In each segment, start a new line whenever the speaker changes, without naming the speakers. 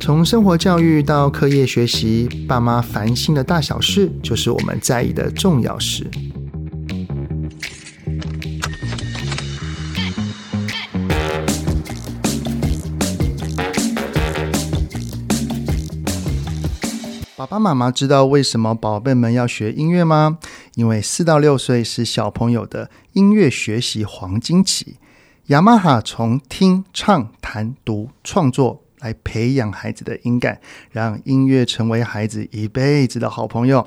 从生活教育到课业学习，爸妈烦心的大小事，就是我们在意的重要事。爸爸妈妈知道为什么宝贝们要学音乐吗？因为四到六岁是小朋友的音乐学习黄金期。雅马哈从听、唱、弹、读、创作来培养孩子的音感，让音乐成为孩子一辈子的好朋友。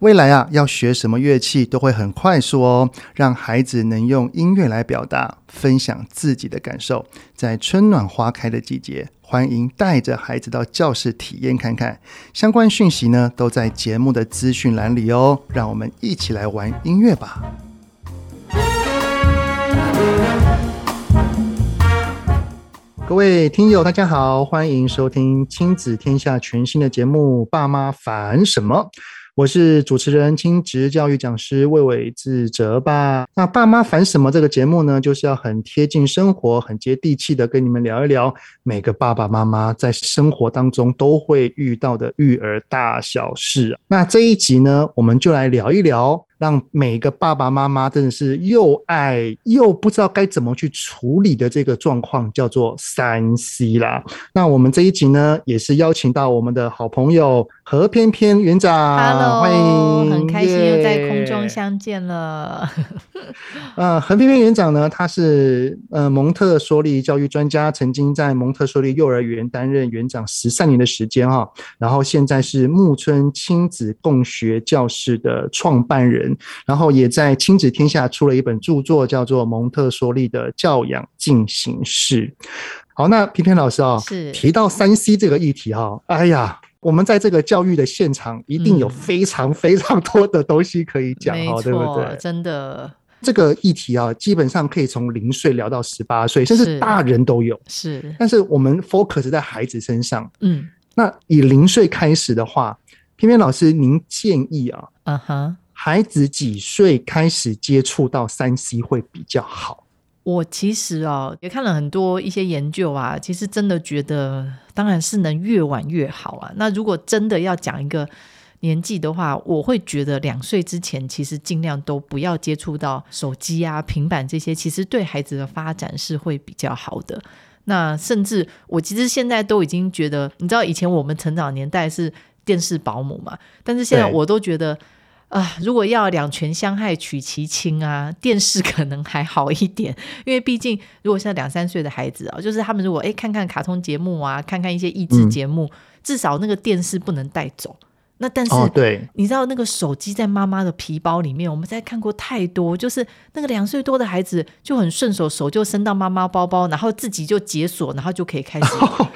未来啊，要学什么乐器都会很快速哦，让孩子能用音乐来表达、分享自己的感受。在春暖花开的季节，欢迎带着孩子到教室体验看看。相关讯息呢，都在节目的资讯栏里哦。让我们一起来玩音乐吧。各位听友，大家好，欢迎收听《亲子天下》全新的节目《爸妈烦什么》，我是主持人、亲职教育讲师魏伟志哲吧。那《爸妈烦什么》这个节目呢，就是要很贴近生活、很接地气的跟你们聊一聊每个爸爸妈妈在生活当中都会遇到的育儿大小事。啊那这一集呢，我们就来聊一聊。让每个爸爸妈妈真的是又爱又不知道该怎么去处理的这个状况，叫做三 C 啦。那我们这一集呢，也是邀请到我们的好朋友何翩翩园长
Hello，
啊欢迎，
很开心又在空中
Yeah
相见了。
呃，何翩翩园长呢，他是呃蒙特梭利教育专家，曾经在蒙特梭利幼儿园担任园长十三年的时间哈、然后现在是木村亲子共学教室的创办人，然后也在亲子天下出了一本著作，叫做《蒙特梭利的教养进行式》。好，那偏偏老师啊、
是
提到三 C 这个议题哈、哎呀。我们在这个教育的现场，一定有
嗯
非常非常多的东西可以讲
没
哈、对不
错，
对？
真的
这个议题啊，基本上可以从零岁聊到十八岁，甚至
是
大人都有。
是，
但是我们 focus 在孩子身上。
嗯
那以零岁开始的话，偏偏老师您建议啊，
啊哈。
孩子几岁开始接触到三 C 会比较好？
我其实哦，也看了很多一些研究啊，其实真的觉得，当然是能越晚越好啊。那如果真的要讲一个年纪的话，我会觉得两岁之前其实尽量都不要接触到手机啊、平板这些，其实对孩子的发展是会比较好的。那甚至我其实现在都已经觉得，你知道以前我们成长年代是电视保姆嘛，但是现在
对
我都觉得。啊，如果要两全相害取其轻啊， 电视可能还好一点，因为毕竟如果像两三岁的孩子啊，就是他们如果哎看看卡通节目啊，看看一些益智
嗯
节目，至少那个电视不能带走。那但是、
哦， 对，
你知道那个手机在妈妈的皮包里面，我们在看过太多，就是那个两岁多的孩子就很顺手，手就伸到妈妈包包，然后自己就解锁，然后就可以开始玩。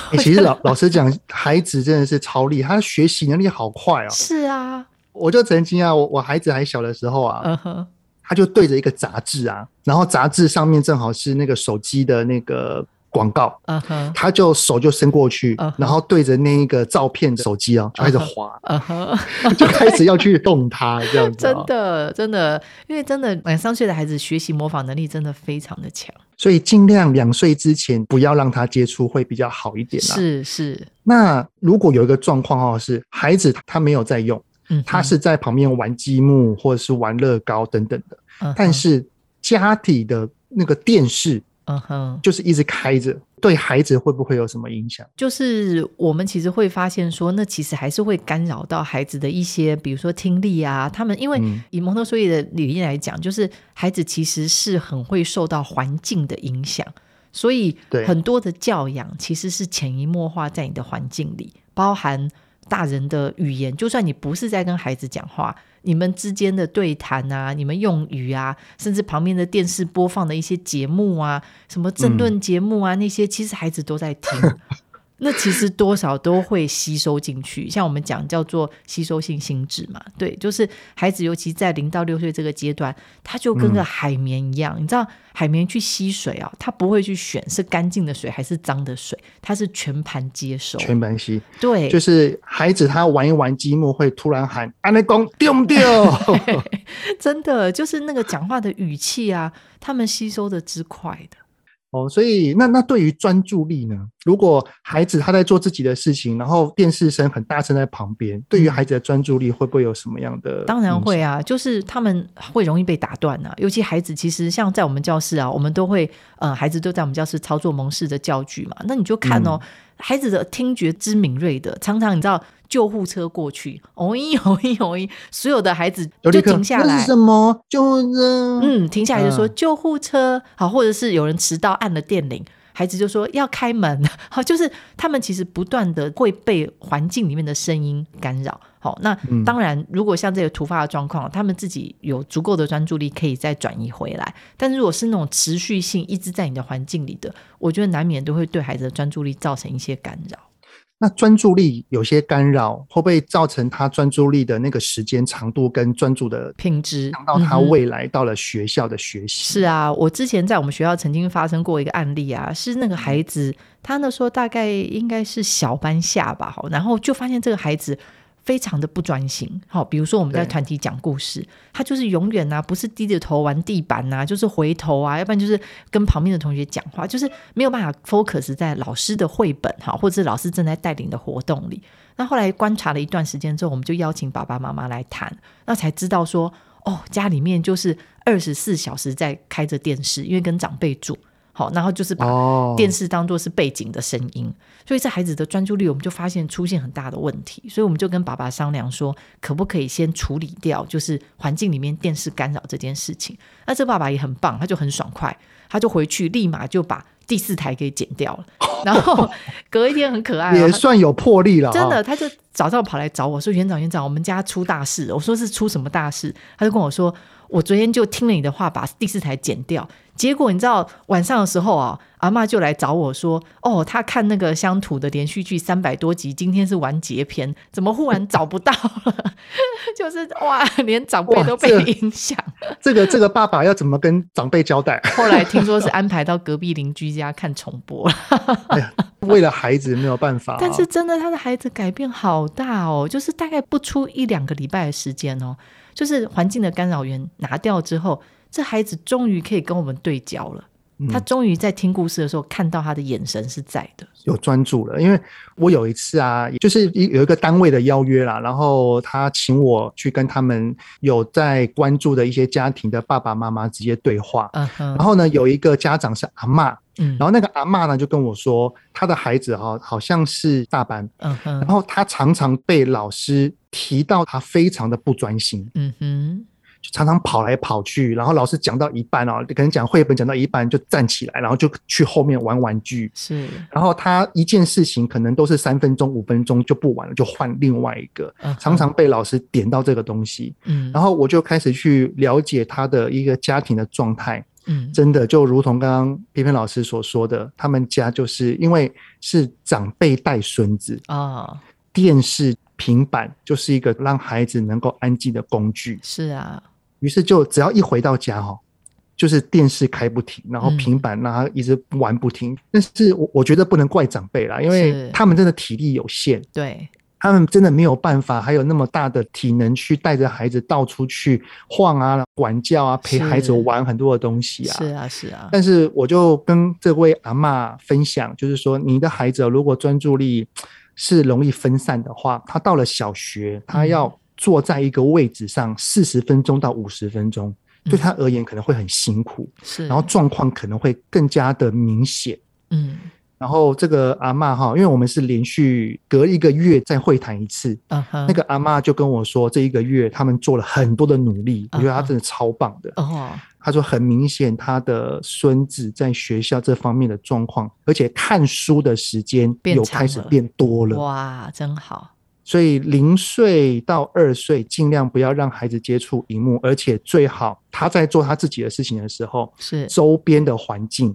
欸其实老老实讲，孩子真的是超厉害，他学习能力好快哦。
是啊，
我就曾经啊，我我孩子还小的时候啊，
嗯哼，
他就对着一个杂志啊，然后杂志上面正好是那个手机的那个广告，
嗯哼，
他就手就伸过去
嗯哼
然后对着那一个照片手机啊，就开始滑
嗯哼。
就开始要去动它，这样子、
真
啊。
的，真的，因为真的两三岁的孩子学习模仿能力真的非常的强，
所以尽量两岁之前不要让他接触，会比较好一点啦。啊
是是，
那如果有一个状况哦，是孩子他没有在用，
嗯哼，
他是在旁边玩积木或者是玩乐高等等的，
嗯哼，
但是家里的那个电视
嗯哼，
就是一直开着，对孩子会不会有什么影响？
就是我们其实会发现说，那其实还是会干扰到孩子的一些，比如说听力啊，他们因为
嗯
以蒙特梭利的理念来讲，就是孩子其实是很会受到环境的影响，所以
对
很多的教养其实是潜移默化在你的环境里，包含大人的语言，就算你不是在跟孩子讲话，你们之间的对谈啊，你们用语啊，甚至旁边的电视播放的一些节目啊，什么
嗯
政论节目啊、那些，其实孩子都在听。那其实多少都会吸收进去，像我们讲叫做吸收性心智嘛，对，就是孩子尤其在零到六岁这个阶段，他就跟
嗯
个海绵一样，你知道海绵去吸水啊，它不会去选是干净的水还是脏的水，它是全盘接收，
全班系
对，
就是孩子他玩一玩积木会突然喊“安内公丢不丢
真的就是那个讲话的语气啊，他们吸收的之快的，”
哦，所以那那对于专注力呢？如果孩子他在做自己的事情，然后电视声很大声在旁边，对于孩子的专注力会不会有什么样的？
嗯
嗯
当然会啊，就是他们会容易被打断啊，尤其孩子，其实像在我们教室啊，我们都会呃，孩子都在我们教室操作蒙氏的教具嘛。那你就看
嗯
哦，孩子的听觉之敏锐的，常常你知道救护车过去，哦一哦一哦一，所有的孩子
有
就
立刻
停下
那
来
是，什么？就是
嗯，停下来就说
嗯
救护车，好，或者是有人迟到按了电铃，孩子就说要开门， 好，就是他们其实不断的会被环境里面的声音干扰。好，那
嗯
当然，如果像这个突发的状况，他们自己有足够的专注力，可以再转移回来。但如果是那种持续性一直在你的环境里的，我觉得难免都会对孩子的专注力造成一些干扰。
那专注力有些干扰，会不会造成他专注力的那个时间长度跟专注的
品质
想到他
嗯哼
未来到了学校的学习？
是啊，我之前在我们学校曾经发生过一个案例啊，是那个孩子，他那时候大概应该是小班下吧，好，然后就发现这个孩子非常的不专心，好，比如说我们在
对
团体讲故事，他就是永远啊，不是低着头玩地板呐、就是回头啊，要不然就是跟旁边的同学讲话，就是没有办法 focus 在老师的绘本哈，或者是老师正在带领的活动里。那后来观察了一段时间之后，我们就邀请爸爸妈妈来谈，那才知道说，哦，家里面就是二十四小时在开着电视，因为跟长辈住，好，然后就是把
哦，
电视当做是背景的声音，所以这孩子的专注力我们就发现出现很大的问题，所以我们就跟爸爸商量说，可不可以先处理掉就是环境里面电视干扰这件事情。那这爸爸也很棒，他就很爽快，他就回去立马就把第四台给剪掉了，然后隔一天很可 爱、啊，
也
他
算有魄力了、啊，
真的，他就早上跑来找我说：“园长，园长，我们家出大事了。”我说：“是出什么大事？”他就跟我说：“我昨天就听了你的话，把第四台剪掉。结果你知道晚上的时候啊，阿嬷就来找我说：‘哦，她看那个乡土的连续剧三百多集，今天是完结篇，怎么忽然找不到了？’ 就是哇，连长辈
哇
都被
这
影响。
这个这个爸爸要怎么跟长辈交代？
后来听说是安排到隔壁邻居家看重播了。”
为了孩子没有办法、啊，
但是真的，他的孩子改变好大哦，就是大概不出一两个礼拜的时间哦，就是环境的干扰源拿掉之后，这孩子终于可以跟我们对焦了。
嗯
他终于在听故事的时候，看到他的眼神是在的。
有专注了，因为我有一次啊，就是一有一个单位的邀约啦，然后他请我去跟他们有在关注的一些家庭的爸爸妈妈直接对话。
嗯哼
然，后呢，有一个家长是阿嬷，
嗯，
然后那个阿嬷呢就跟我说，她的孩子哈、好像是大班，
嗯
然
哼，
后他常常被老师提到他非常的不专心，
嗯哼，
就常常跑来跑去，然后老师讲到一半哦，可能讲绘本讲到一半就站起来，然后就去后面玩玩具。
是，
然后他一件事情可能都是三分钟、五分钟就不玩了，就换另外一个，
嗯哼
常，常被老师点到这个东西。
嗯，
然后我就开始去了解他的一个家庭的状态，
嗯，
真的就如同刚刚皮皮老师所说的，他们家就是因为是长辈带孙子，
哦，
电视、平板就是一个让孩子能够安静的工具。
是啊，
于是就只要一回到家哈、哦，就是电视开不停，然后
嗯
平板让他一直玩不停。但是我我觉得不能怪长辈啦，因
是
为他们真的体力有限，
对，
他们真的没有办法，还有那么大的体能去带着孩子到处去晃啊、管教啊、陪
是
孩子玩很多的东西啊。
是啊，是啊，
但是我就跟这位阿嬷分享，就是说，你的孩子如果专注力是容易分散的话，他到了小学，他
嗯
要坐在一个位置上四十分钟到五十分钟，
嗯
对他而言可能会很辛苦，
是，
然后，状况可能会更加的明显。
嗯，
然后这个阿嬷哈，因为我们是连续隔一个月再会谈一次，
嗯哼，
那，个阿嬷就跟我说，这一个月他们做了很多的努力，我觉得
啊
他
哈
真的超棒的。
哦，
他说很明显，他的孙子在学校这方面的状况，而且看书的时间
变
有
长
开始
了
变多了。
哇，真好，
所以零岁到二岁，尽量不要让孩子接触荧幕，而且最好他在做他自己的事情的时候，
是，
周边的环境、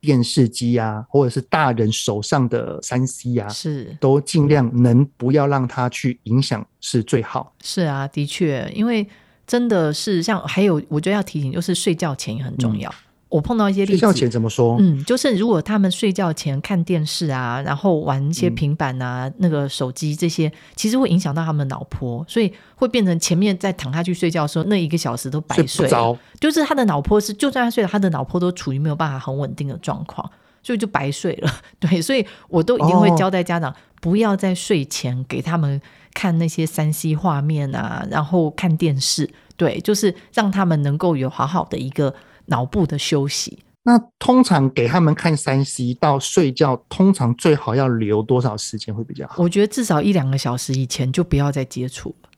电视机啊，或者是大人手上的三 C 啊，
是，
都尽量能不要让他去影响是最好。
是啊，的确，因为真的是像还有，我觉得要提醒，就是睡觉前也很重要。我碰到一些例
嗯睡
子，
觉前怎么说？
嗯，就是如果他们睡觉前看电视啊，然后玩一
嗯
些平板啊、那个手机这些，其实会影响到他们脑波，所以会变成前面在躺下去睡觉的时候，那一个小时都白
睡
睡
不，着，
就是他的脑波是，就算他睡了，他的脑波都处于没有办法很稳定的状况，所以就白睡了。 对，所以我都一定会
哦
交代家长，不要在睡前给他们看那些三 C 画面啊，然后看电视，对，就是让他们能够有好好的一个脑部的休息。
那通常给他们看三 C 到睡觉，通常最好要留多少时间会比较好？
我觉得至少一两个小时以前就不要再接触了。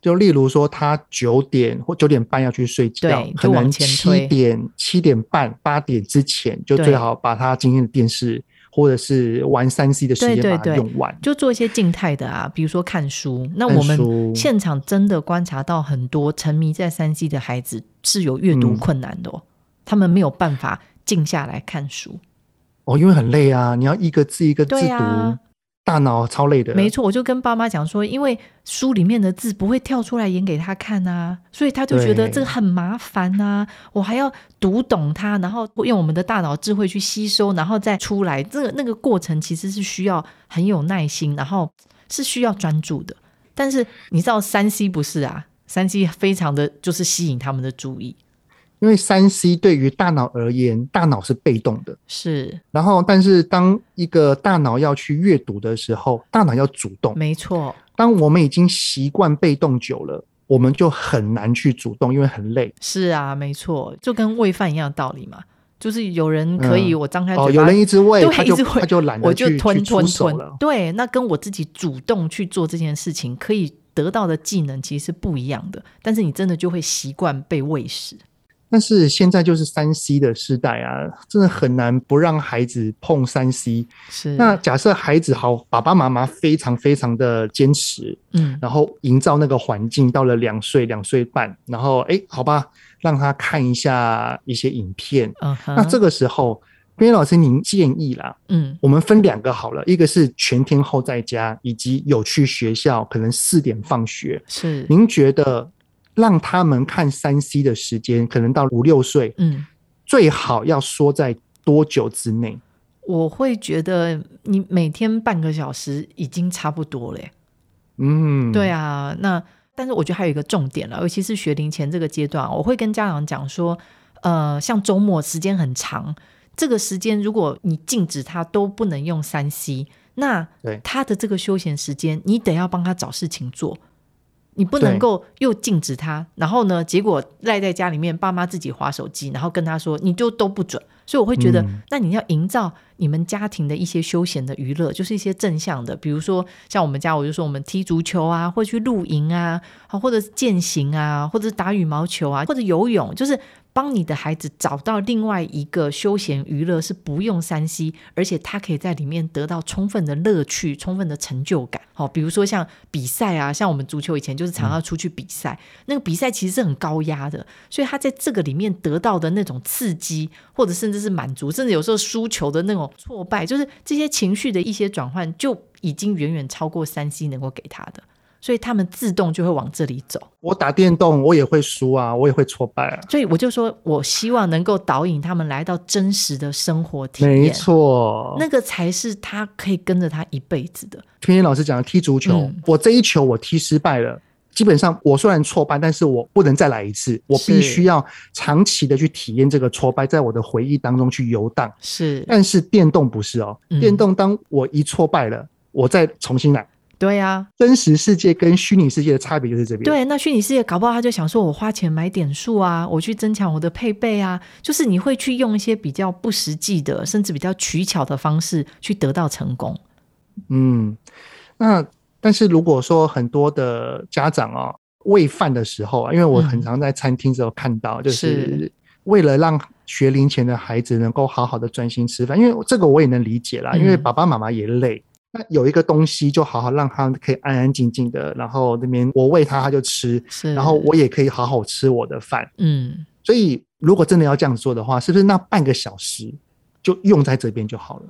就例如说，他九点或九点半要去睡觉
对，
可
就往
能
前
七
推
点、七点半、八点之前就
对
最好把他今天的电视或者是玩三 C 的时
对对
间把它
对
用完。
就做一些静态的啊，比如说看书。那
看
我们
书
现场真的观察到很多沉迷在三 C 的孩子是有阅读
嗯
困难的、哦，他们没有办法静下来看书。
哦，因为很累啊，你要一个字一个字
对
读，
啊
大脑超累的。
没错，我就跟爸妈讲说，因为书里面的字不会跳出来演给他看啊，所以他就觉得
对
这个很麻烦啊，我还要读懂它，然后用我们的大脑智慧去吸收，然后再出来，这个那个过程其实是需要很有耐心，然后是需要专注的。但是你知道三 C 不是啊，三 C 非常的就是吸引他们的注意，
因为三 C 对于大脑而言，大脑是被动的。
是
然后，但是当一个大脑要去阅读的时候，大脑要主动。
没错，
当我们已经习惯被动久了，我们就很难去主动，因为很累。
是啊，没错，就跟喂饭一样的道理嘛，就是有人可以、
嗯
我张开嘴巴。
哦，有人一直喂，
对
他就
一直喂
他就懒得
我
去
就吞
去出
吞
手
吞
了。。
对，那跟我自己主动去做这件事情，可以得到的技能其实是不一样的。但是你真的就会习惯被喂食。
但是现在就是三 C 的时代啊，真的很难不让孩子碰三 C。
是，
那假设孩子好，爸爸妈妈非常非常的坚持，
嗯，
然后营造那个环境，到了两岁两岁半，然后哎，好吧，让他看一下一些影片。
嗯哼，
那这个时候，边老师您建议啦，
嗯
我们分两个好了，一个是全天候在家，以及有去学校，可能四点放学。
是，
您觉得让他们看三 C 的时间，可能到五六岁，
嗯，
最好要缩在多久之内？
我会觉得你每天半个小时已经差不多了耶。
嗯，
对啊，那但是我觉得还有一个重点了，尤其是学龄前这个阶段，我会跟家长讲说，呃，像周末时间很长，这个时间如果你禁止他都不能用三 C，那
对
他的这个休闲时间，你得要帮他找事情做。你不
对
能够又禁止他，然后呢，结果赖在家里面，爸妈自己划手机，然后跟他说你就都不准，所以我会觉得，
嗯
那你要营造你们家庭的一些休闲的娱乐，就是一些正向的，比如说像我们家，我就说我们踢足球啊，或者去露营啊，啊或者是健行啊，或者是打羽毛球啊，或者游泳，就是帮你的孩子找到另外一个休闲娱乐是不用三 C，而且他可以在里面得到充分的乐趣、充分的成就感。好、比如说像比赛啊，像我们足球以前就是常要出去比赛，那个比赛其实是很高压的，所以他在这个里面得到的那种刺激，或者甚至是满足，甚至有时候输球的那种挫败，就是这些情绪的一些转换，就已经远远超过三 C 能够给他的，所以他们自动就会往这里走。
我打电动我也会输啊，我也会挫败啊。
所以我就说，我希望能够导引他们来到真实的生活体
没
验，
错，
那个才是他可以跟着他一辈子的。
天天老师讲的踢足球，
嗯
我这一球我踢失败了，基本上我虽然挫败，但是我不能再来一次，我必须要长期的去体验这个挫败，在我的回忆当中去游荡。
是，
但是电动不是哦，
嗯
电动当我一挫败了，我再重新来。
对呀、
真实世界跟虚拟世界的差别就是这边。，
对，那虚拟世界搞不好他就想说，我花钱买点数啊，我去增强我的配备啊，就是你会去用一些比较不实际的，甚至比较取巧的方式去得到成功。
嗯，那但是如果说很多的家长哦，喂饭的时候啊，因为我
嗯
很常在餐厅时候看到，就是是为了让学龄前的孩子能够好好的专心吃饭，因为这个我也能理解啦，因为
嗯
爸爸妈妈也累。那有一个东西，就好好让他可以安安静静的，然后那边我喂他，他就吃，
是，
然后我也可以好好吃我的饭。
嗯，
所以，如果真的要这样做的话，是不是那半个小时就用在这边就好了？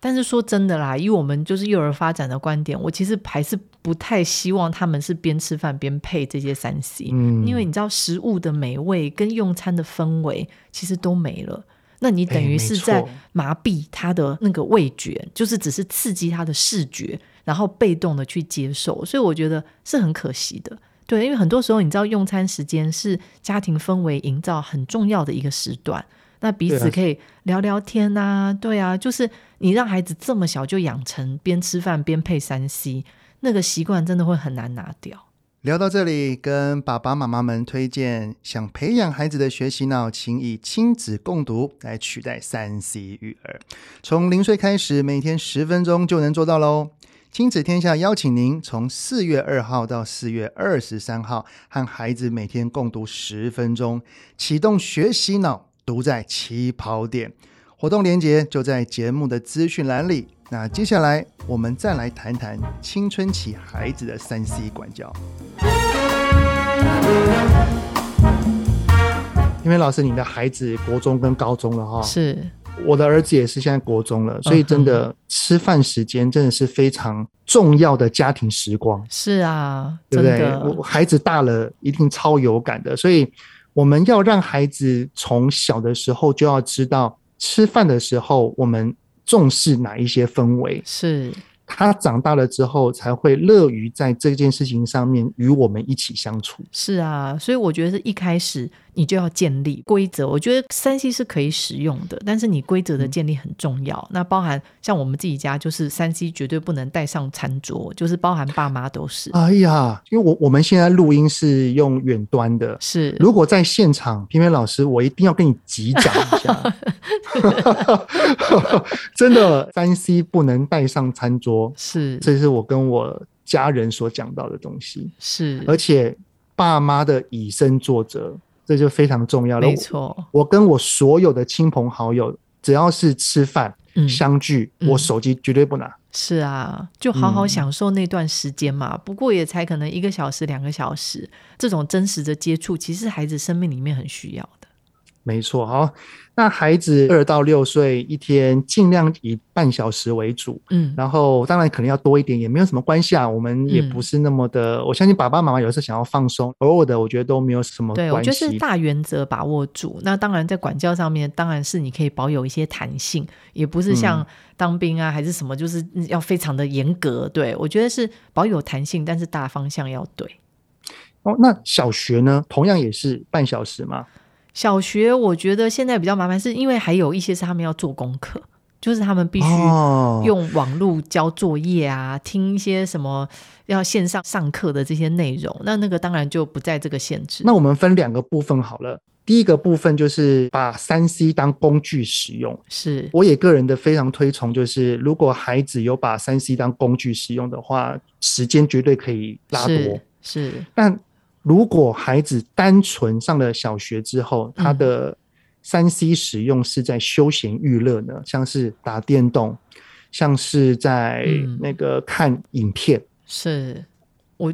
但是说真的啦，以我们就是幼儿发展的观点，我其实还是不太希望他们是边吃饭边配这些三 C，、
嗯
因为你知道食物的美味跟用餐的氛围其实都没了。那你等于
哎
是
没错
在麻痹他的那个味觉，就是只是刺激他的视觉，然后被动的去接受，所以我觉得是很可惜的。对，因为很多时候你知道，用餐时间是家庭氛围营造很重要的一个时段，那彼
对啊
此可以聊聊天呐、对啊，就是你让孩子这么小就养成边吃饭边配三 C，那个习惯真的会很难拿掉。
聊到这里，跟爸爸妈妈们推荐，想培养孩子的学习脑，请以亲子共读来取代三 C 育儿。从零岁开始，每天十分钟就能做到喽。亲子天下邀请您从四月二号到四月二十三号，和孩子每天共读十分钟，启动学习脑，读在起跑点。活动链接就在节目的资讯栏里。那接下来我们再来谈谈青春期孩子的三 C 管教。因为老师，你的孩子国中跟高中了哈、
是，
我的儿子也是现在国中了，所以真
嗯
的、吃饭时间真的是非常重要的家庭时光，
是啊，
对
真
不对？
的，
我我孩子大了，一定超有感的，所以我们要让孩子从小的时候就要知道，吃饭的时候我们重视哪一些氛围，
是
他长大了之后才会乐于在这件事情上面与我们一起相处。
是啊，所以我觉得是一开始你就要建立规则。我觉得三 C 是可以使用的，但是你规
嗯
则的建立很重要。那包含像我们自己家，就是三 C 绝对不能带上餐桌，就是包含爸妈都是、
哎呀，因为我我们现在录音是用远端的，
是。
如果在现场，偏偏老师，我一定要跟你击掌一 下。真的，三 C 不能带上餐桌，
是
这是我跟我家人所讲到的东西。
是，
而且，爸妈的以身作则，这就非常重要了。
没错，
我，我跟我所有的亲朋好友，只要是吃饭、
嗯，
相聚，
嗯
我手机绝对不拿。
是啊，就好好
嗯
享受那段时间嘛。不过也才可能一个小时、两个小时，这种真实的接触，其实孩子生命里面很需要的。
没错，好，那孩子二到六岁，一天尽量以半小时为主。
嗯，
然后当然可能要多一点，也没有什么关系啊。我们也不是那么的，我相信爸爸妈妈有时候想要放松，偶尔的我觉得都没有什么
对，我
关
觉得
系
是。大原则把握住。那当然，在管教上面，当然是你可以保有一些弹性，也不是
嗯
像当兵啊、还是什么，就是要非常的严格。对我觉得是保有弹性，但是大方向要对。
哦，那小学呢，同样也是半小时嘛。
小学我觉得现在比较麻烦，是因为还有一些是他们要做功课，就是他们必须
哦，
用网络交作业啊，听一些什么要线上上课的这些内容，那那个当然就不在这个限制。
那我们分两个部分好了。第一个部分就是把三 C 当工具使用。
是
我也个人的非常推崇，就是如果孩子有把三 C 当工具使用的话，时间绝对可以拉多
是。是
但如果孩子单纯上了小学之后，他
嗯
的三 C 使用是在休闲娱乐呢，像是打电动，像是在
嗯
那个看影片，
是，我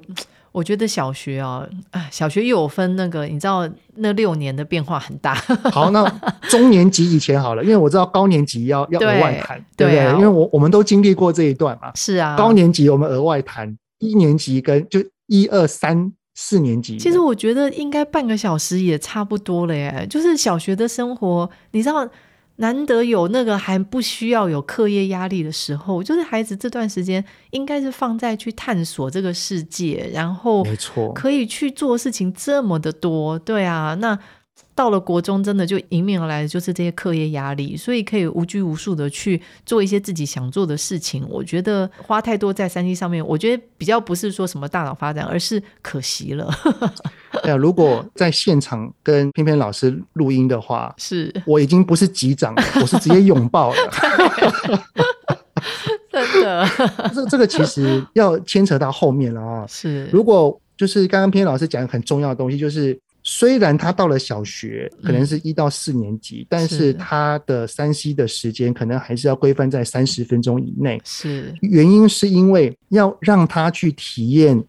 我觉得小学啊，啊，小学又有分那个，你知道那六年的变化很大，
好，那中年级以前好了，因为我知道高年级要要
对
额外谈，对不
对啊
因为我我们都经历过这一段嘛。
是啊，
高年级我们额外谈，一年级跟就一二三四年级，
其实我觉得应该半个小时也差不多了耶。就是小学的生活，你知道，难得有那个还不需要有课业压力的时候，就是孩子这段时间应该是放在去探索这个世界，然后
没错，
可以去做事情这么的多，对啊，那。到了国中，真的就迎面而来的就是这些课业压力，所以可以无拘无束的去做一些自己想做的事情。我觉得花太多在三 D 上面，我觉得比较不是说什么大脑发展，而是可惜了。
对啊，如果在现场跟偏偏老师录音的话，
是，
我已经不是击掌了，我是直接拥抱了。
真的
这这个其实要牵扯到后面了啊、
是，
如果就是刚刚偏老师讲的很重要的东西，就是虽然他到了小学，可能是一到四年级，但
是
是他的三 C 的时间可能还是要规范在三十分钟以内。
是
原因是因为要让他去体验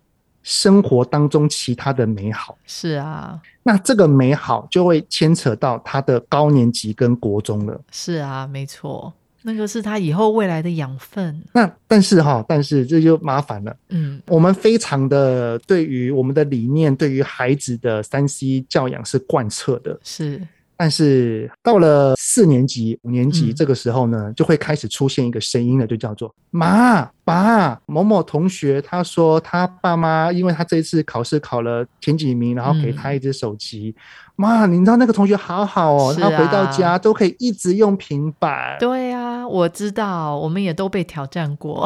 生活当中其他的美好。
是啊，
那这个美好就会牵扯到他的高年级跟国中了。
是啊，没错，那个是他以后未来的养分。
那但是哈，但是这就麻烦了。
嗯，
我们非常的对于我们的理念，对于孩子的三 C 教养是贯彻的，
是
但是到了四年级、五年级
嗯
这个时候呢，就会开始出现一个声音了，就叫做“妈爸”。某某同学他说他爸妈因为他这一次考试考了前几名，然后给他一只手机。妈，你知道那个同学好好哦，
是
他
啊
回到家都可以一直用平板。
对啊，我知道，我们也都被挑战过。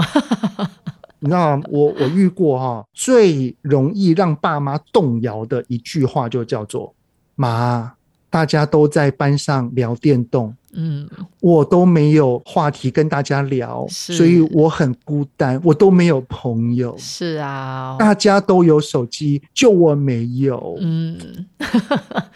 你知道吗我我遇过哈、最容易让爸妈动摇的一句话就叫做“妈”，大家都在班上聊电动。
嗯，
我都没有话题跟大家聊，
是
所以我很孤单，我都没有朋友，
是啊，
大家都有手机，就我没有，
嗯，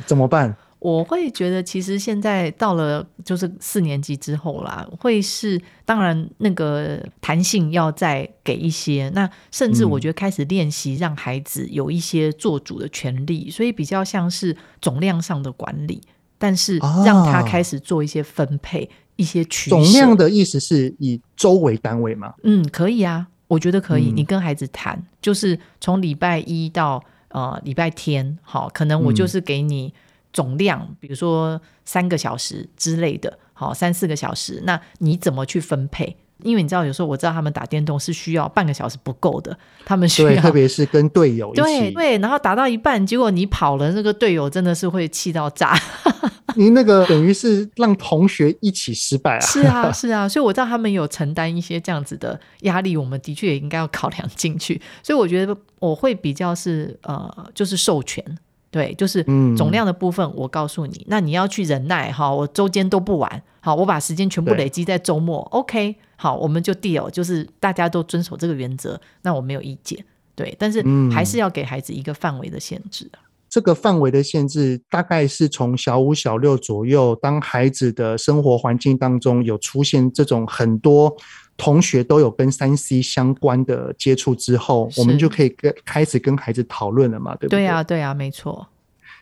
怎么办？
我会觉得，其实现在到了就是四年级之后啦，会是当然那个弹性要再给一些，那甚至
嗯
我觉得开始练习让孩子有一些做主的权利，所以比较像是总量上的管理，但是
啊
让他开始做一些分配、一些取舍。
总量的意思是以周为单位 嘛？
嗯，可以啊，我觉得可以。
嗯
你跟孩子谈，就是从礼拜一到呃礼拜天，好，可能我就
嗯
是给你总量，比如说三个小时之类的，好，三四个小时，那你怎么去分配？因为你知道，有时候我知道他们打电动是需要半个小时不够的，他们需
对，
要
特别是跟队友一
啊对
起，
对，然后打到一半，结果你跑了，那个队友真的是会气到炸。
你那个等于是让同学一起失败啊。
是 啊，是啊，所以我知道他们有承担一些这样子的压力，我们的确也应该要考量进去。所以我觉得我会比较是呃，就是授权，对，就是
嗯
总量的部分我告诉你，那你要去忍耐哈，我周间都不玩，好，我把时间全部
对
累积在周末，OK，好，我们就 deal，就是大家都遵守这个原则，那我没有意见。对，但是
嗯
还是要给孩子一个范围的限制啊。
这个范围的限制大概是从小五、小六左右，当孩子的生活环境当中有出现这种很多同学都有跟三 C 相关的接触之后，
是
我们就可以跟开始跟孩子讨论了嘛，对不对？
对啊，对啊，没错。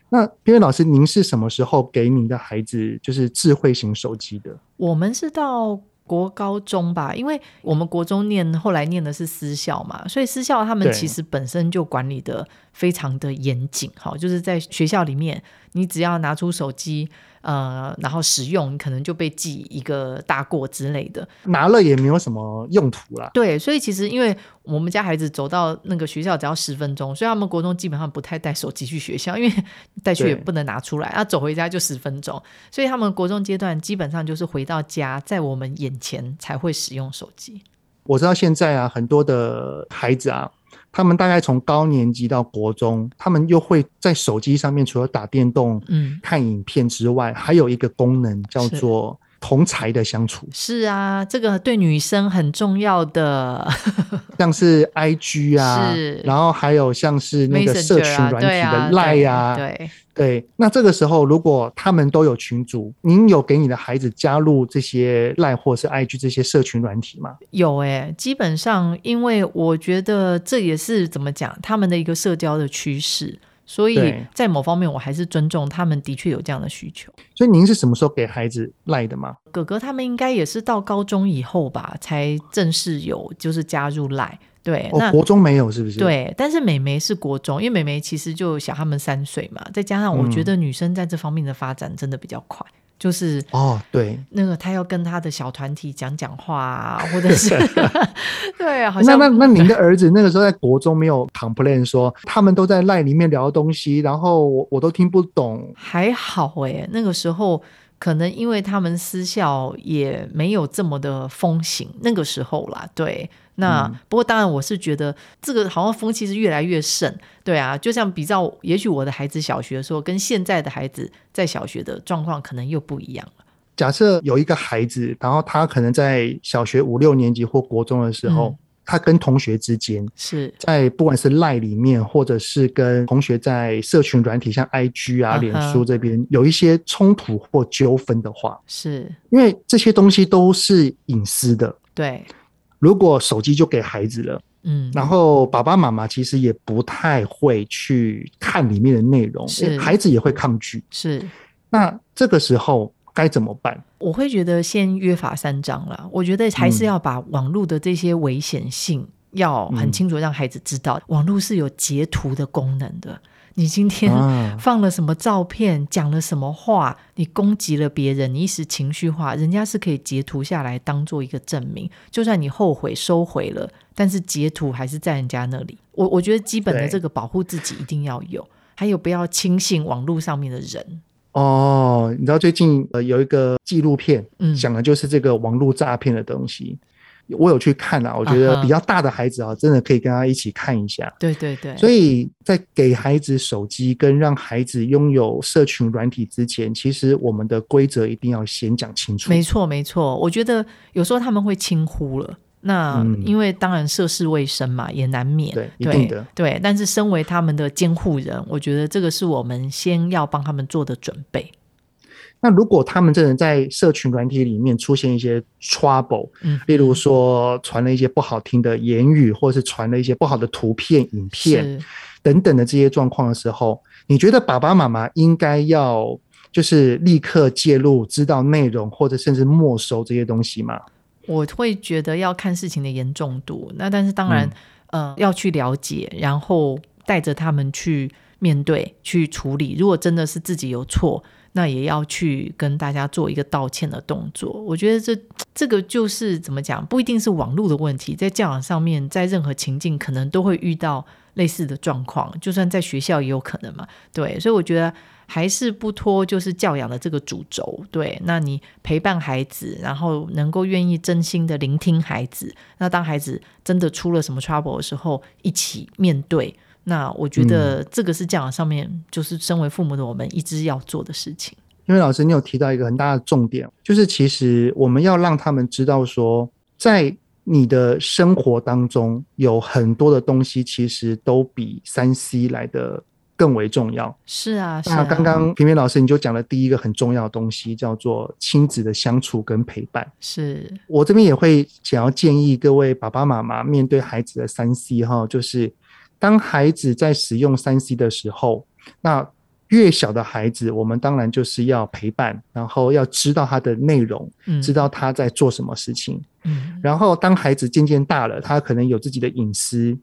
那边边老师，您是什么时候给你的孩子就是智慧型手机的？
我们是到国高中吧，因为我们国中念后来念的是私校嘛，所以私校他们
对
其实本身就管理的非常的严谨，哈，就是在学校里面，你只要拿出手机，呃，然后使用，你可能就被记一个大过之类的。
拿了也没有什么用途啦。
对，所以其实因为我们家孩子走到那个学校只要十分钟，所以他们国中基本上不太带手机去学校，因为带去也
对
不能拿出来，啊，走回家就十分钟，所以他们国中阶段基本上就是回到家，在我们眼前才会使用手机。
我知道现在啊，很多的孩子啊，他们大概从高年级到国中，他们又会在手机上面除了打电动、
嗯，
看影片之外，还有一个功能叫
是
做同才的相处，
是啊，这个对女生很重要的，
像是 I G 啊
是，
然后还有像是那个社
Messenger
群
啊，
软体
对啊，
的 Line 啊，
对，
对。那这个时候，如果他们都有群组，您有给你的孩子加入这些 Line 或是 I G 这些社群软体吗？
有诶、基本上，因为我觉得这也是怎么讲，他们的一个社交的趋势，所以
对
在某方面我还是尊重他们，的确有这样的需求。
所以您是什么时候给孩子 Line 的吗？
哥哥他们应该也是到高中以后吧，才正式有就是加入来。对，
哦，
那
国中没有是不是？，
对，但是美眉是国中，因为美眉其实就小他们三岁嘛，再加上我
嗯
觉得女生在这方面的发展真的比较快，就是
哦，对。
那个她要跟她的小团体讲讲话啊，或者 是对，好
那
像
那那您 的儿子那个时候在国中没有 complain 说他们都在 Line 里面聊东西，然后我我都听不懂，
还好诶、那个时候可能因为他们私校也没有这么的风行，那个时候啦，对。那、
嗯
不过当然，我是觉得这个好像风气是越来越盛，对啊，就像比较，也许我的孩子小学的时候跟现在的孩子在小学的状况可能又不一样了。
假设有一个孩子，然后他可能在小学五六年级或国中的时候，
嗯
他跟同学之间，
是，
在不管是 Line 里面，或者是跟同学在社群软体，像 IG 啊、
嗯哼
脸书这边有一些冲突或纠纷的话，
是，
因为这些东西都是隐私的。
对，
如果手机就给孩子了，
嗯，
然后爸爸妈妈其实也不太会去看里面的内容，
是
因为孩子也会抗拒。
是。
那这个时候该怎么办？
我会觉得先约法三章啦，我觉得还是
嗯
要把网络的这些危
嗯
险性要很清楚让孩子知道，网络是有截图的功能的。你今天
啊
放了什么照片，讲了什么话，你攻击了别人，你一时情绪化，人家是可以截图下来当做一个证明。就算你后悔收回了，但是截图还是在人家那里。我我觉得基本的
对
这个保护自己一定要有，还有不要轻信网络上面的人。
哦，你知道最近呃有一个纪录片，
嗯
讲的就是这个网络诈骗的东西。我有去看啊，我觉
啊
得
哈
比较大的孩子啊，真的可以跟他一起看一下。
对对对，
所
以
以在给孩子手机跟让孩子拥有社群软体之前，其实我们的规则一定要先讲清楚。
没错没错，我觉得有时候他们会轻忽了。那
嗯
因为当然涉世未深嘛，也难免。
对，一定
对
的。
对，但是身为他们的监护人，我觉得这个是我们先要帮他们做的准备。
那如果他们真的在社群软体里面出现一些 trouble，
嗯，
例如说传了一些不好听的言语，或是传了一些不好的图片、影片，
是
等等的这些状况的时候，你觉得爸爸妈妈应该要就是立刻介入，知道内容或者甚至没收这些东西吗？
我会觉得要看事情的严重度。那但是当然，呃，要去了解，然后带着他们去面对、去处理。如果真的是自己有错，那也要去跟大家做一个道歉的动作。我觉得这这个就是怎么讲，不一定是网络的问题，在教养上面，在任何情境可能都会遇到类似的状况，就算在学校也有可能嘛。对，所以我觉得还是不脱就是教养的这个主轴。对，那你陪伴孩子，然后能够愿意真心的聆听孩子，那当孩子真的出了什么 trouble 的时候，一起面对。那我觉得
嗯
这个是教养上面，就是身为父母的我们一直要做的事情。
因为老师，你有提到一个很大的重点，就是其实我们要让他们知道说，在你的生活当中有很多的东西，其实都比三 C 来的更为重要。
是啊，是
那
啊。
刚刚平平老师你就讲了第一个很重要的东西，叫做亲子的相处跟陪伴。
是
我这边也会想要建议各位爸爸妈妈面对孩子的三 C 哈，就是当孩子在使用三 C 的时候，那越小的孩子，我们当然就是要陪伴，然后要知道他的内容，
嗯，
知道他在做什么事情。
嗯，
然后当孩子渐渐大了，他可能有自己的隐私，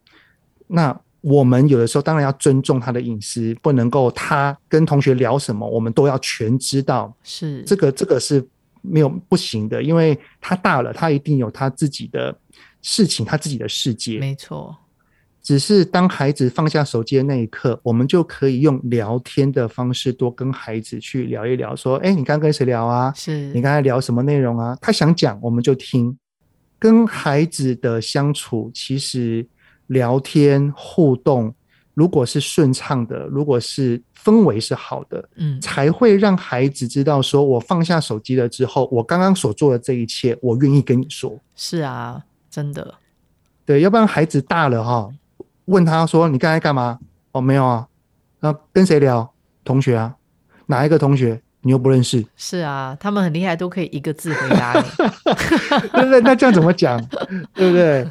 那我们有的时候当然要尊重他的隐私，不能够他跟同学聊什么，我们都要全知道。
是
这个这个是没有不行的，因为他大了，他一定有他自己的事情，他自己的世界。
没错，
只是当孩子放下手机的那一刻，我们就可以用聊天的方式多跟孩子去聊一聊，说：“哎，你刚刚跟谁聊啊？
是
你刚才聊什么内容啊？”他想讲，我们就听。跟孩子的相处，其实聊天互动，如果是顺畅的，如果是氛围是好的，
嗯
才会让孩子知道，说我放下手机了之后，我刚刚所做的这一切，我愿意跟你说。
是啊，真的
对，要不然孩子大了哈，问他说你刚才干嘛？哦，没有啊。那跟谁聊？同学啊，哪一个同学？你又不认识，
是啊，他们很厉害，都可以一个字回答你。
对不对？那这样怎么讲？ 对不对？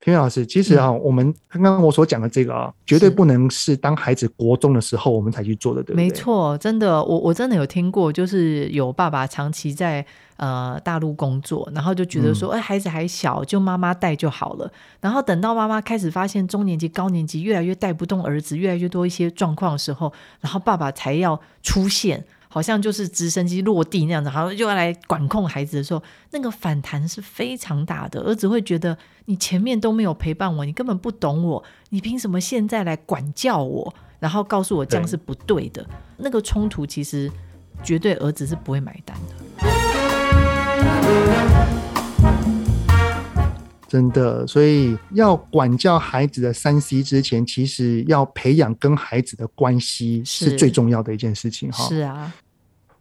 平平老师，其实啊，我们刚刚我所讲的这个啊，绝对
嗯是
不能是当孩子国中的时候我们才去做的，对不对？
没错，真的，我我真的有听过，就是有爸爸长期在呃大陆工作，然后就
嗯
觉得说，哎、孩子还小，就妈妈带就好了。然后等到妈妈开始发现中年级、高年级越来越带不动儿子，越来越多一些状况的时候，然后爸爸才要出现。好像就是直升机落地那样子，好像就要来管控孩子的时候，那个反弹是非常大的。儿子会觉得你前面都没有陪伴我，你根本不懂我，你凭什么现在来管教我？然后告诉我这样
对
是不对的，那个冲突其实绝对儿子是不会买单的。
真的，所以要管教孩子的三 C 之前，其实要培养跟孩子的关系
是
是最重要的一件事情哈。
是啊，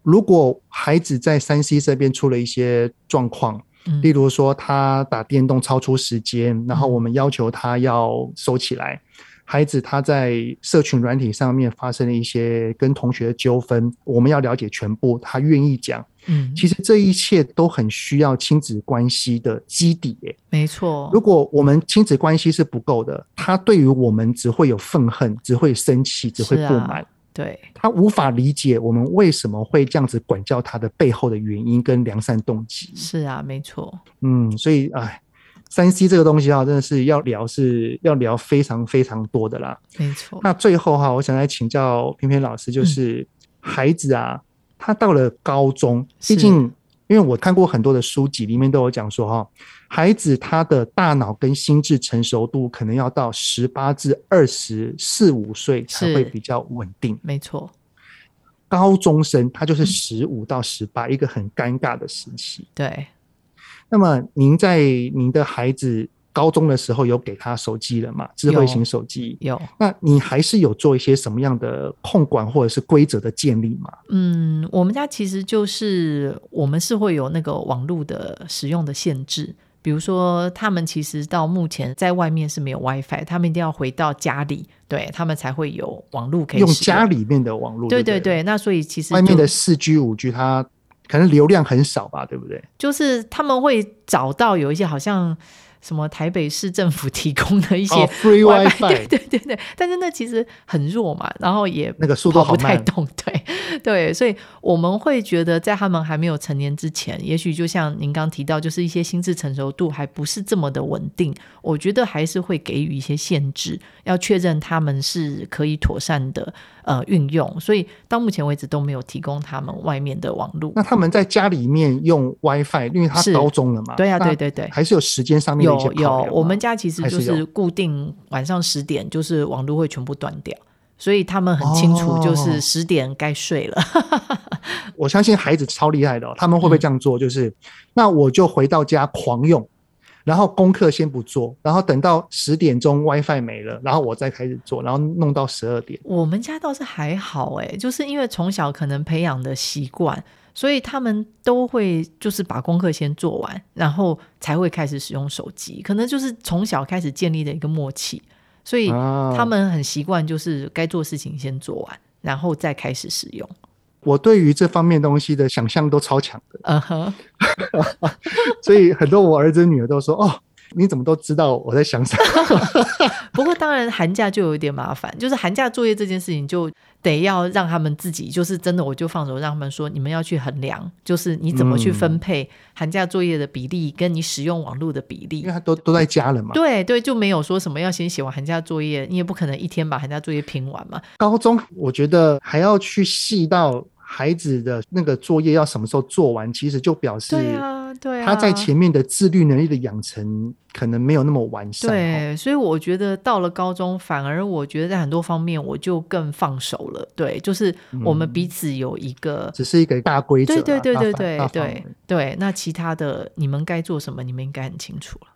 如果孩子在三 C 这边出了一些状况，
嗯
例，如说他打电动超出时间，然后我们要求他要收起来。孩子他在社群软体上面发生了一些跟同学的纠纷，我们要了解全部，他愿意讲。
嗯，
其实这一切都很需要亲子关系的基底、耶
没错
如，果我们亲子关系是不够的，他对于我们只会有愤恨，只会生气，只会不满，
对，
他无法理解我们为什么会这样子管教他的背后的原因跟良善动机。
是啊，没错，
嗯，所以哎，三 C 这个东西啊，真的是要聊是要聊非常非常多的啦。
没错，
那最后哈，我想来请教偏偏老师，
嗯
就是孩子啊，他到了高中，
是
毕竟因为我看过很多的书籍，里面都有讲说哈，孩子他的大脑跟心智成熟度可能要到十八至二十四五岁才
是
会比较稳定。
没错，
高中生他
嗯
就是十五到十八，一个很尴尬的时期。
对，
那么您在您的孩子高中的时候有给他手机了吗？智慧型手机。
有。
那你还是有做一些什么样的控管或者是规则的建立吗？
嗯，我们家其实就是我们是会有那个网络的使用的限制，比如说他们其实到目前在外面是没有 WiFi，他们一定要回到家里，对他们才会有网络可以
用
使
家里面的网络，
对
对
对
不，
对，那所以其实
外面
就
的四 G、五 G 它可能流量很少吧，对不对？
就是他们会找到有一些好像什么台北市政府提供的一些
哦，Free
对
WiFi
对对对，但是那其实很弱嘛，然后也
那个速度
跑
好
不太
慢，
动，对对，所以我们会觉得，在他们还没有成年之前，也许就像您刚提到，就是一些心智成熟度还不是这么的稳定，我觉得还是会给予一些限制，要确认他们是可以妥善的呃运用，所以到目前为止都没有提供他们外面的网络
那。他们在家里面用 WiFi，因为他
是
高中了嘛，
对呀、
那
对对对，
还是有时间上面的一些
有
考量
有
嘛，
我们家其实
还
就是
有
是固定晚上十点，就是网络会全部断掉，所以他们很清楚，就
哦
是十点该睡了。
我相信孩子超厉害的哦、他们会不会这样做？
嗯
就是、那我就回到家狂用，然后功课先不做，然后等到十点钟 WiFi 没了，然后我再开始做，然后弄到十二点。
我们家倒是还好哎、就是因为从小可能培养的习惯，所以他们都会就是把功课先做完，然后才会开始使用手机，可能就是从小开始建立的一个默契，所以
啊
他们很习惯就是该做事情先做完，然后再开始使用。
我对于这方面东西的想象都超强的，
嗯哼，
所以很多我儿子女儿都说：“哦，你怎么都知道我在想什么
不过当然寒假就有一点麻烦，就是寒假作业这件事情就得要让他们自己，就是真的我就放手让他们说，你们要去衡量，就是你怎么去分配寒假作业的比例跟你使用网络的比？”
因
例
为。他都都在家了嘛。
对对，就没有说什么要先写完寒假作业，你也不可能一天把寒假作业拼完嘛。
高中我觉得还要去细到孩子的那个作业要什么时候做完，其实就表示
对啊，对啊，
他在前面的自律能力的养成可能没有那么完善。哦
对，所以我觉得到了高中，反而我觉得在很多方面我就更放手了。对，就是我
嗯
们彼此有一个
只是一个大规则啦、
对对对
大
对
范
对
大范
对
围
对，那其他的你们该做什么，你们应该很清楚了。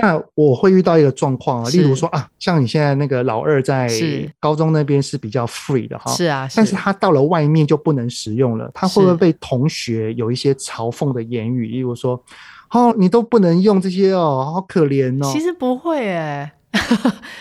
那我会遇到一个状况啊，例
是
如说啊，像你现在那个老二在
是
高中那边是比较 free 的哈，
是啊，
但是他到了外面就不能使用了，他会不会
是
被同学有一些嘲讽的言语，例如说，哦，你都不能用这些哦，好可怜哦。
其实不会哎、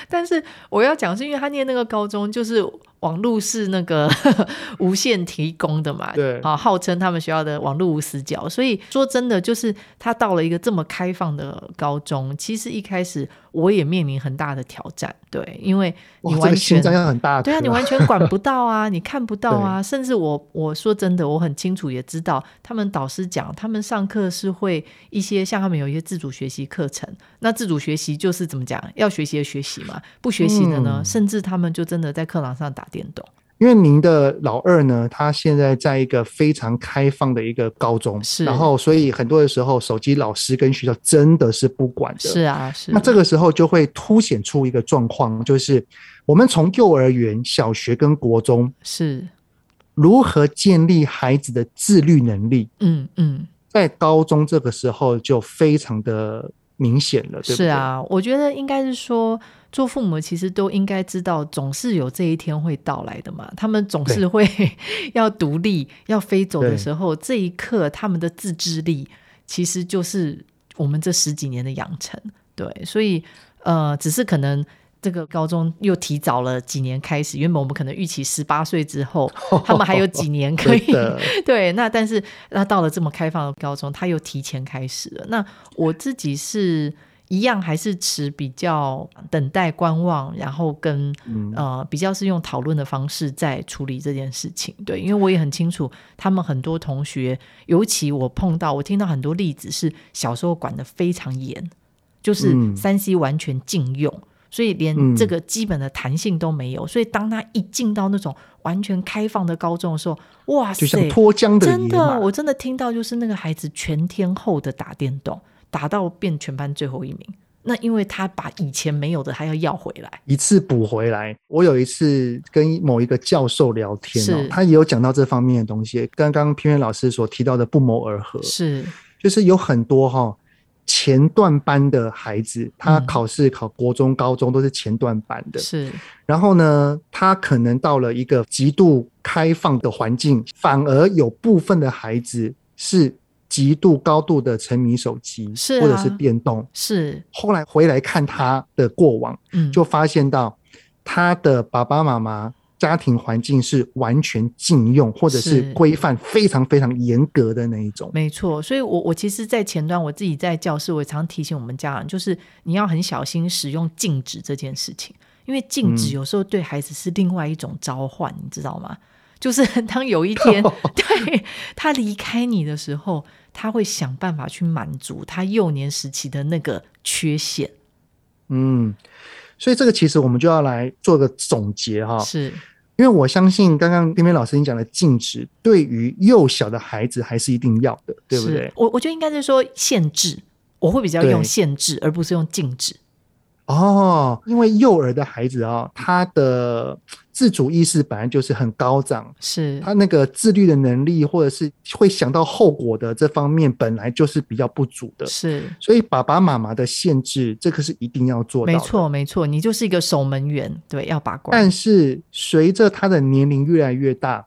但是我要讲是因为他念那个高中，就是网络是那个 无限提供的嘛，
对
啊，号称他们学校的网络无死角，所以说真的就是他到了一个这么开放的高中，其实一开始我也面临很大的挑战，对，因为
哇
你
这
完
个心
全
脏要很大颗、
对啊，你完全管不到啊， 你看不到啊，甚至我我说真的，我很清楚也知道，他们导师讲，他们上课是会一些像他们有一些自主学习课程，那自主学习就是怎么讲，要学习的学习嘛，不学习的呢，
嗯
甚至他们就真的在课堂上打电动，
因为您的老二呢，他现在在一个非常开放的一个高中，
是
然后所以很多的时候，手机老师跟学校真的是不管的。
是啊，是
那这个时候就会凸显出一个状况，就是我们从幼儿园、小学跟国中
是，
如何建立孩子的自律能力，
嗯嗯，
在高中这个时候就非常的明显了，对不对？
是，啊，我觉得应该是说，做父母其实都应该知道，总是有这一天会到来的嘛。他们总
对
是会 要独立、要飞走
对
的时候，这一刻他们的自制力其实就是我们这十几年的养成。对，所以呃，只是可能。这个高中又提早了几年开始，原本我们可能预期十八岁之后，他们还有几年 可以
真的。
对，那但是那到了这么开放的高中，他又提前开始了。那我自己是一样，还是持比较等待观望，然后跟、
嗯
呃比较是用讨论的方式在处理这件事情。对，因为我也很清楚，他们很多同学，尤其我碰到，我听到很多例子是小时候管得非常严。就是
嗯
三 C 完全禁用。所以连
嗯
这个基本的弹性都没有，所以当他一进到那种完全开放的高中的时候，哇塞，
就像脱缰的
真
野
的，
马，
我真的听到就是那个孩子全天候的打电动，打到变全班最后一名。那因为他把以前没有的还要要回来，
一次补回来。我有一次跟某一个教授聊天哦
是，
他也有讲到这方面的东西，刚刚偏远老师所提到的不谋而合，
是
就是有很多哈、前段班的孩子，
嗯
他考试考国中、高中都是前段班的，
是
然后呢，他可能到了一个极度开放的环境，反而有部分的孩子是极度高度的沉迷手机，
是啊
或者是电动。
是，
后来回来看他的过往，
嗯，
就发现到他的爸爸妈妈家庭环境是完全禁用或者
是
是规范非常非常严格的那一种。
没错。所以我我其实，在前端我自己在教室，我也常提醒我们家长，就是你要很小心使用禁止这件事情，因为禁止
嗯
有时候对孩子是另外一种召唤，你知道吗？就是 当有 一天对他离开你的时候，他会想办法去满足他幼年时期的那个缺陷。
嗯，所以这个其实我们就要来做个总结哈、
是
因为我相信刚刚边边老师你讲的禁止，对于幼小的孩子还是一定要的，对不
是
对？
我我觉得应该是说限制，我会比较
对
用限制，而不是用禁止。
哦，因为幼儿的孩子啊、他的自主意识本来就是很高涨，
是
他那个自律的能力或者是会想到后果的这方面本来就是比较不足的，
是，
所以爸爸妈妈的限制，这个是一定要做到的。
没错没错，你就是一个守门员，对，要把关。
但是随着他的年龄越来越大，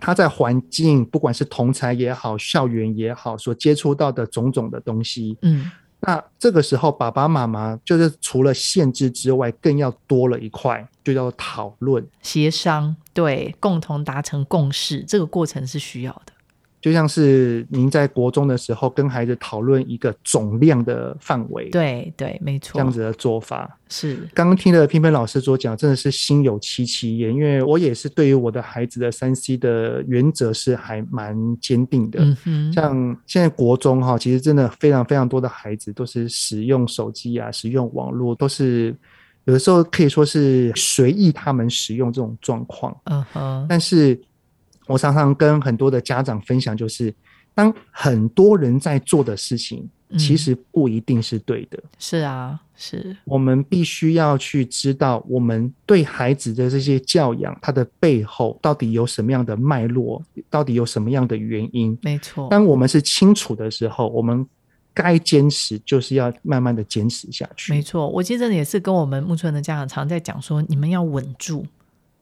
他在环境，不管是同才也好，校园也好，所接触到的种种的东西，
嗯，
那这个时候爸爸妈妈就是除了限制之外，更要多了一块，就叫做讨论。
协商对，共同达成共识，这个过程是需要的。
就像是您在国中的时候跟孩子讨论一个总量的范围，
对对，没错，
这样子的做法。
是
刚刚听了偏偏老师所讲，真的是心有戚戚焉，因为我也是对于我的孩子的三 C 的原则是还蛮坚定的。
嗯哼，
像现在国中哈，其实真的非常非常多的孩子都是使用手机啊，使用网络，都是有的时候可以说是随意他们使用这种状况。
嗯哼，
但是我常常跟很多的家长分享，就是当很多人在做的事情，
嗯
其实不一定是对的。
是啊，是
我们必须要去知道，我们对孩子的这些教养，它的背后到底有什么样的脉络，到底有什么样的原因。
没错，
当我们是清楚的时候，我们该坚持就是要慢慢的坚持下去。
没错，我记得也是跟我们木村的家长常在讲说，你们要稳住，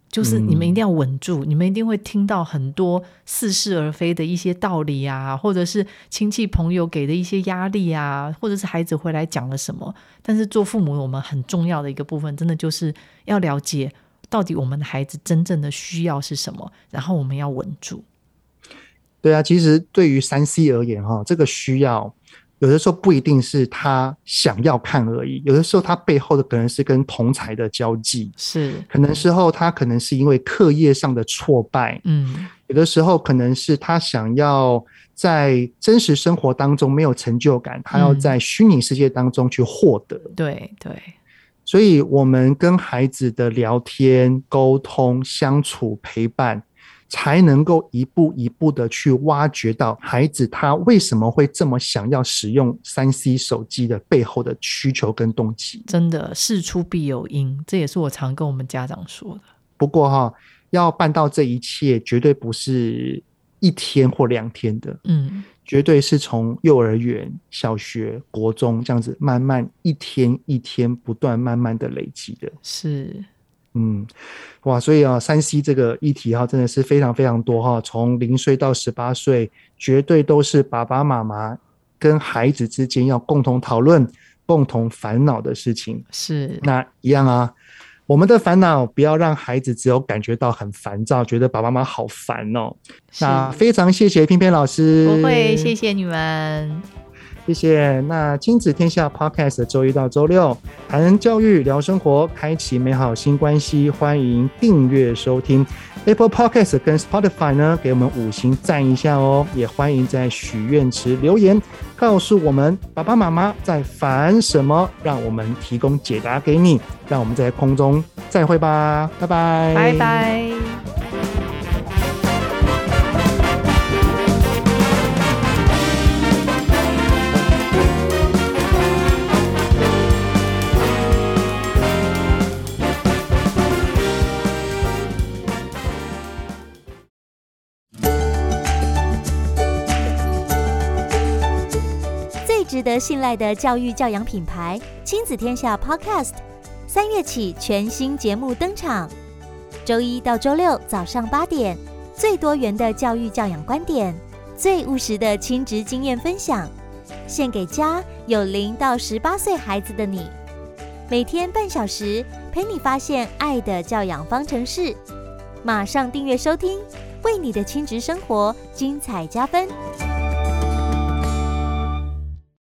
就是
嗯
你们一定要稳住，你们一定会听到很多似是而非的一些道理啊，或者是亲戚朋友给的一些压力啊，或者是孩子回来讲了什么。但是做父母，我们很重要的一个部分，真的就是要了解到底我们的孩子真正的需要是什么，然后我们要稳住。
对啊，其实对于三 C 而言，哈，这个需要有的时候不一定是他想要看而已，有的时候他背后的可能是跟同才的交际，
是，
可能时候他可能是因为课业上的挫败，
嗯，
有的时候可能是他想要在真实生活当中没有成就感，他要在虚拟世界当中去获得。
对对，
所以，我们跟孩子的聊天、沟通、相处、陪伴，才能够一步一步的去挖掘到孩子他为什么会这么想要使用三 C 手机的背后的需求跟动机。
真的事出必有因，这也是我常跟我们家长说的。
不过哈、要办到这一切，绝对不是一天或两天的，
嗯。
绝对是从幼儿园、小学、国中这样子，慢慢一天一天不断慢慢的累积的。
是，
嗯，哇，所以啊，三 C 这个议题哈、真的是非常非常多哈、从零岁到十八岁，绝对都是爸爸妈妈跟孩子之间要共同讨论、共同烦恼的事情。
是，
那一样啊，我们的烦恼不要让孩子只有感觉到很烦躁，觉得爸爸妈妈好烦哦。那
是
非常谢谢偏偏老师，
不会，谢谢你们，
谢谢。那亲子天下 Podcast 周一到周六谈教育、聊生活，开启美好新关系。欢迎订阅收听 Apple Podcast 跟 Spotify 呢，给我们五星赞一下哦。也欢迎在许愿池留言，告诉我们爸爸妈妈在烦什么，让我们提供解答给你。让我们在空中再会吧，拜拜，
拜。拜。
最值得信赖的教育教养品牌“亲子天下 ”Podcast，三月起全新节目登场，周一到周六早上八点，最多元的教育教养观点，最务实的亲职经验分享，献给家有零到十八岁孩子的你。每天半小时，陪你发现爱的教养方程式。马上订阅收听，为你的亲职生活精彩加分。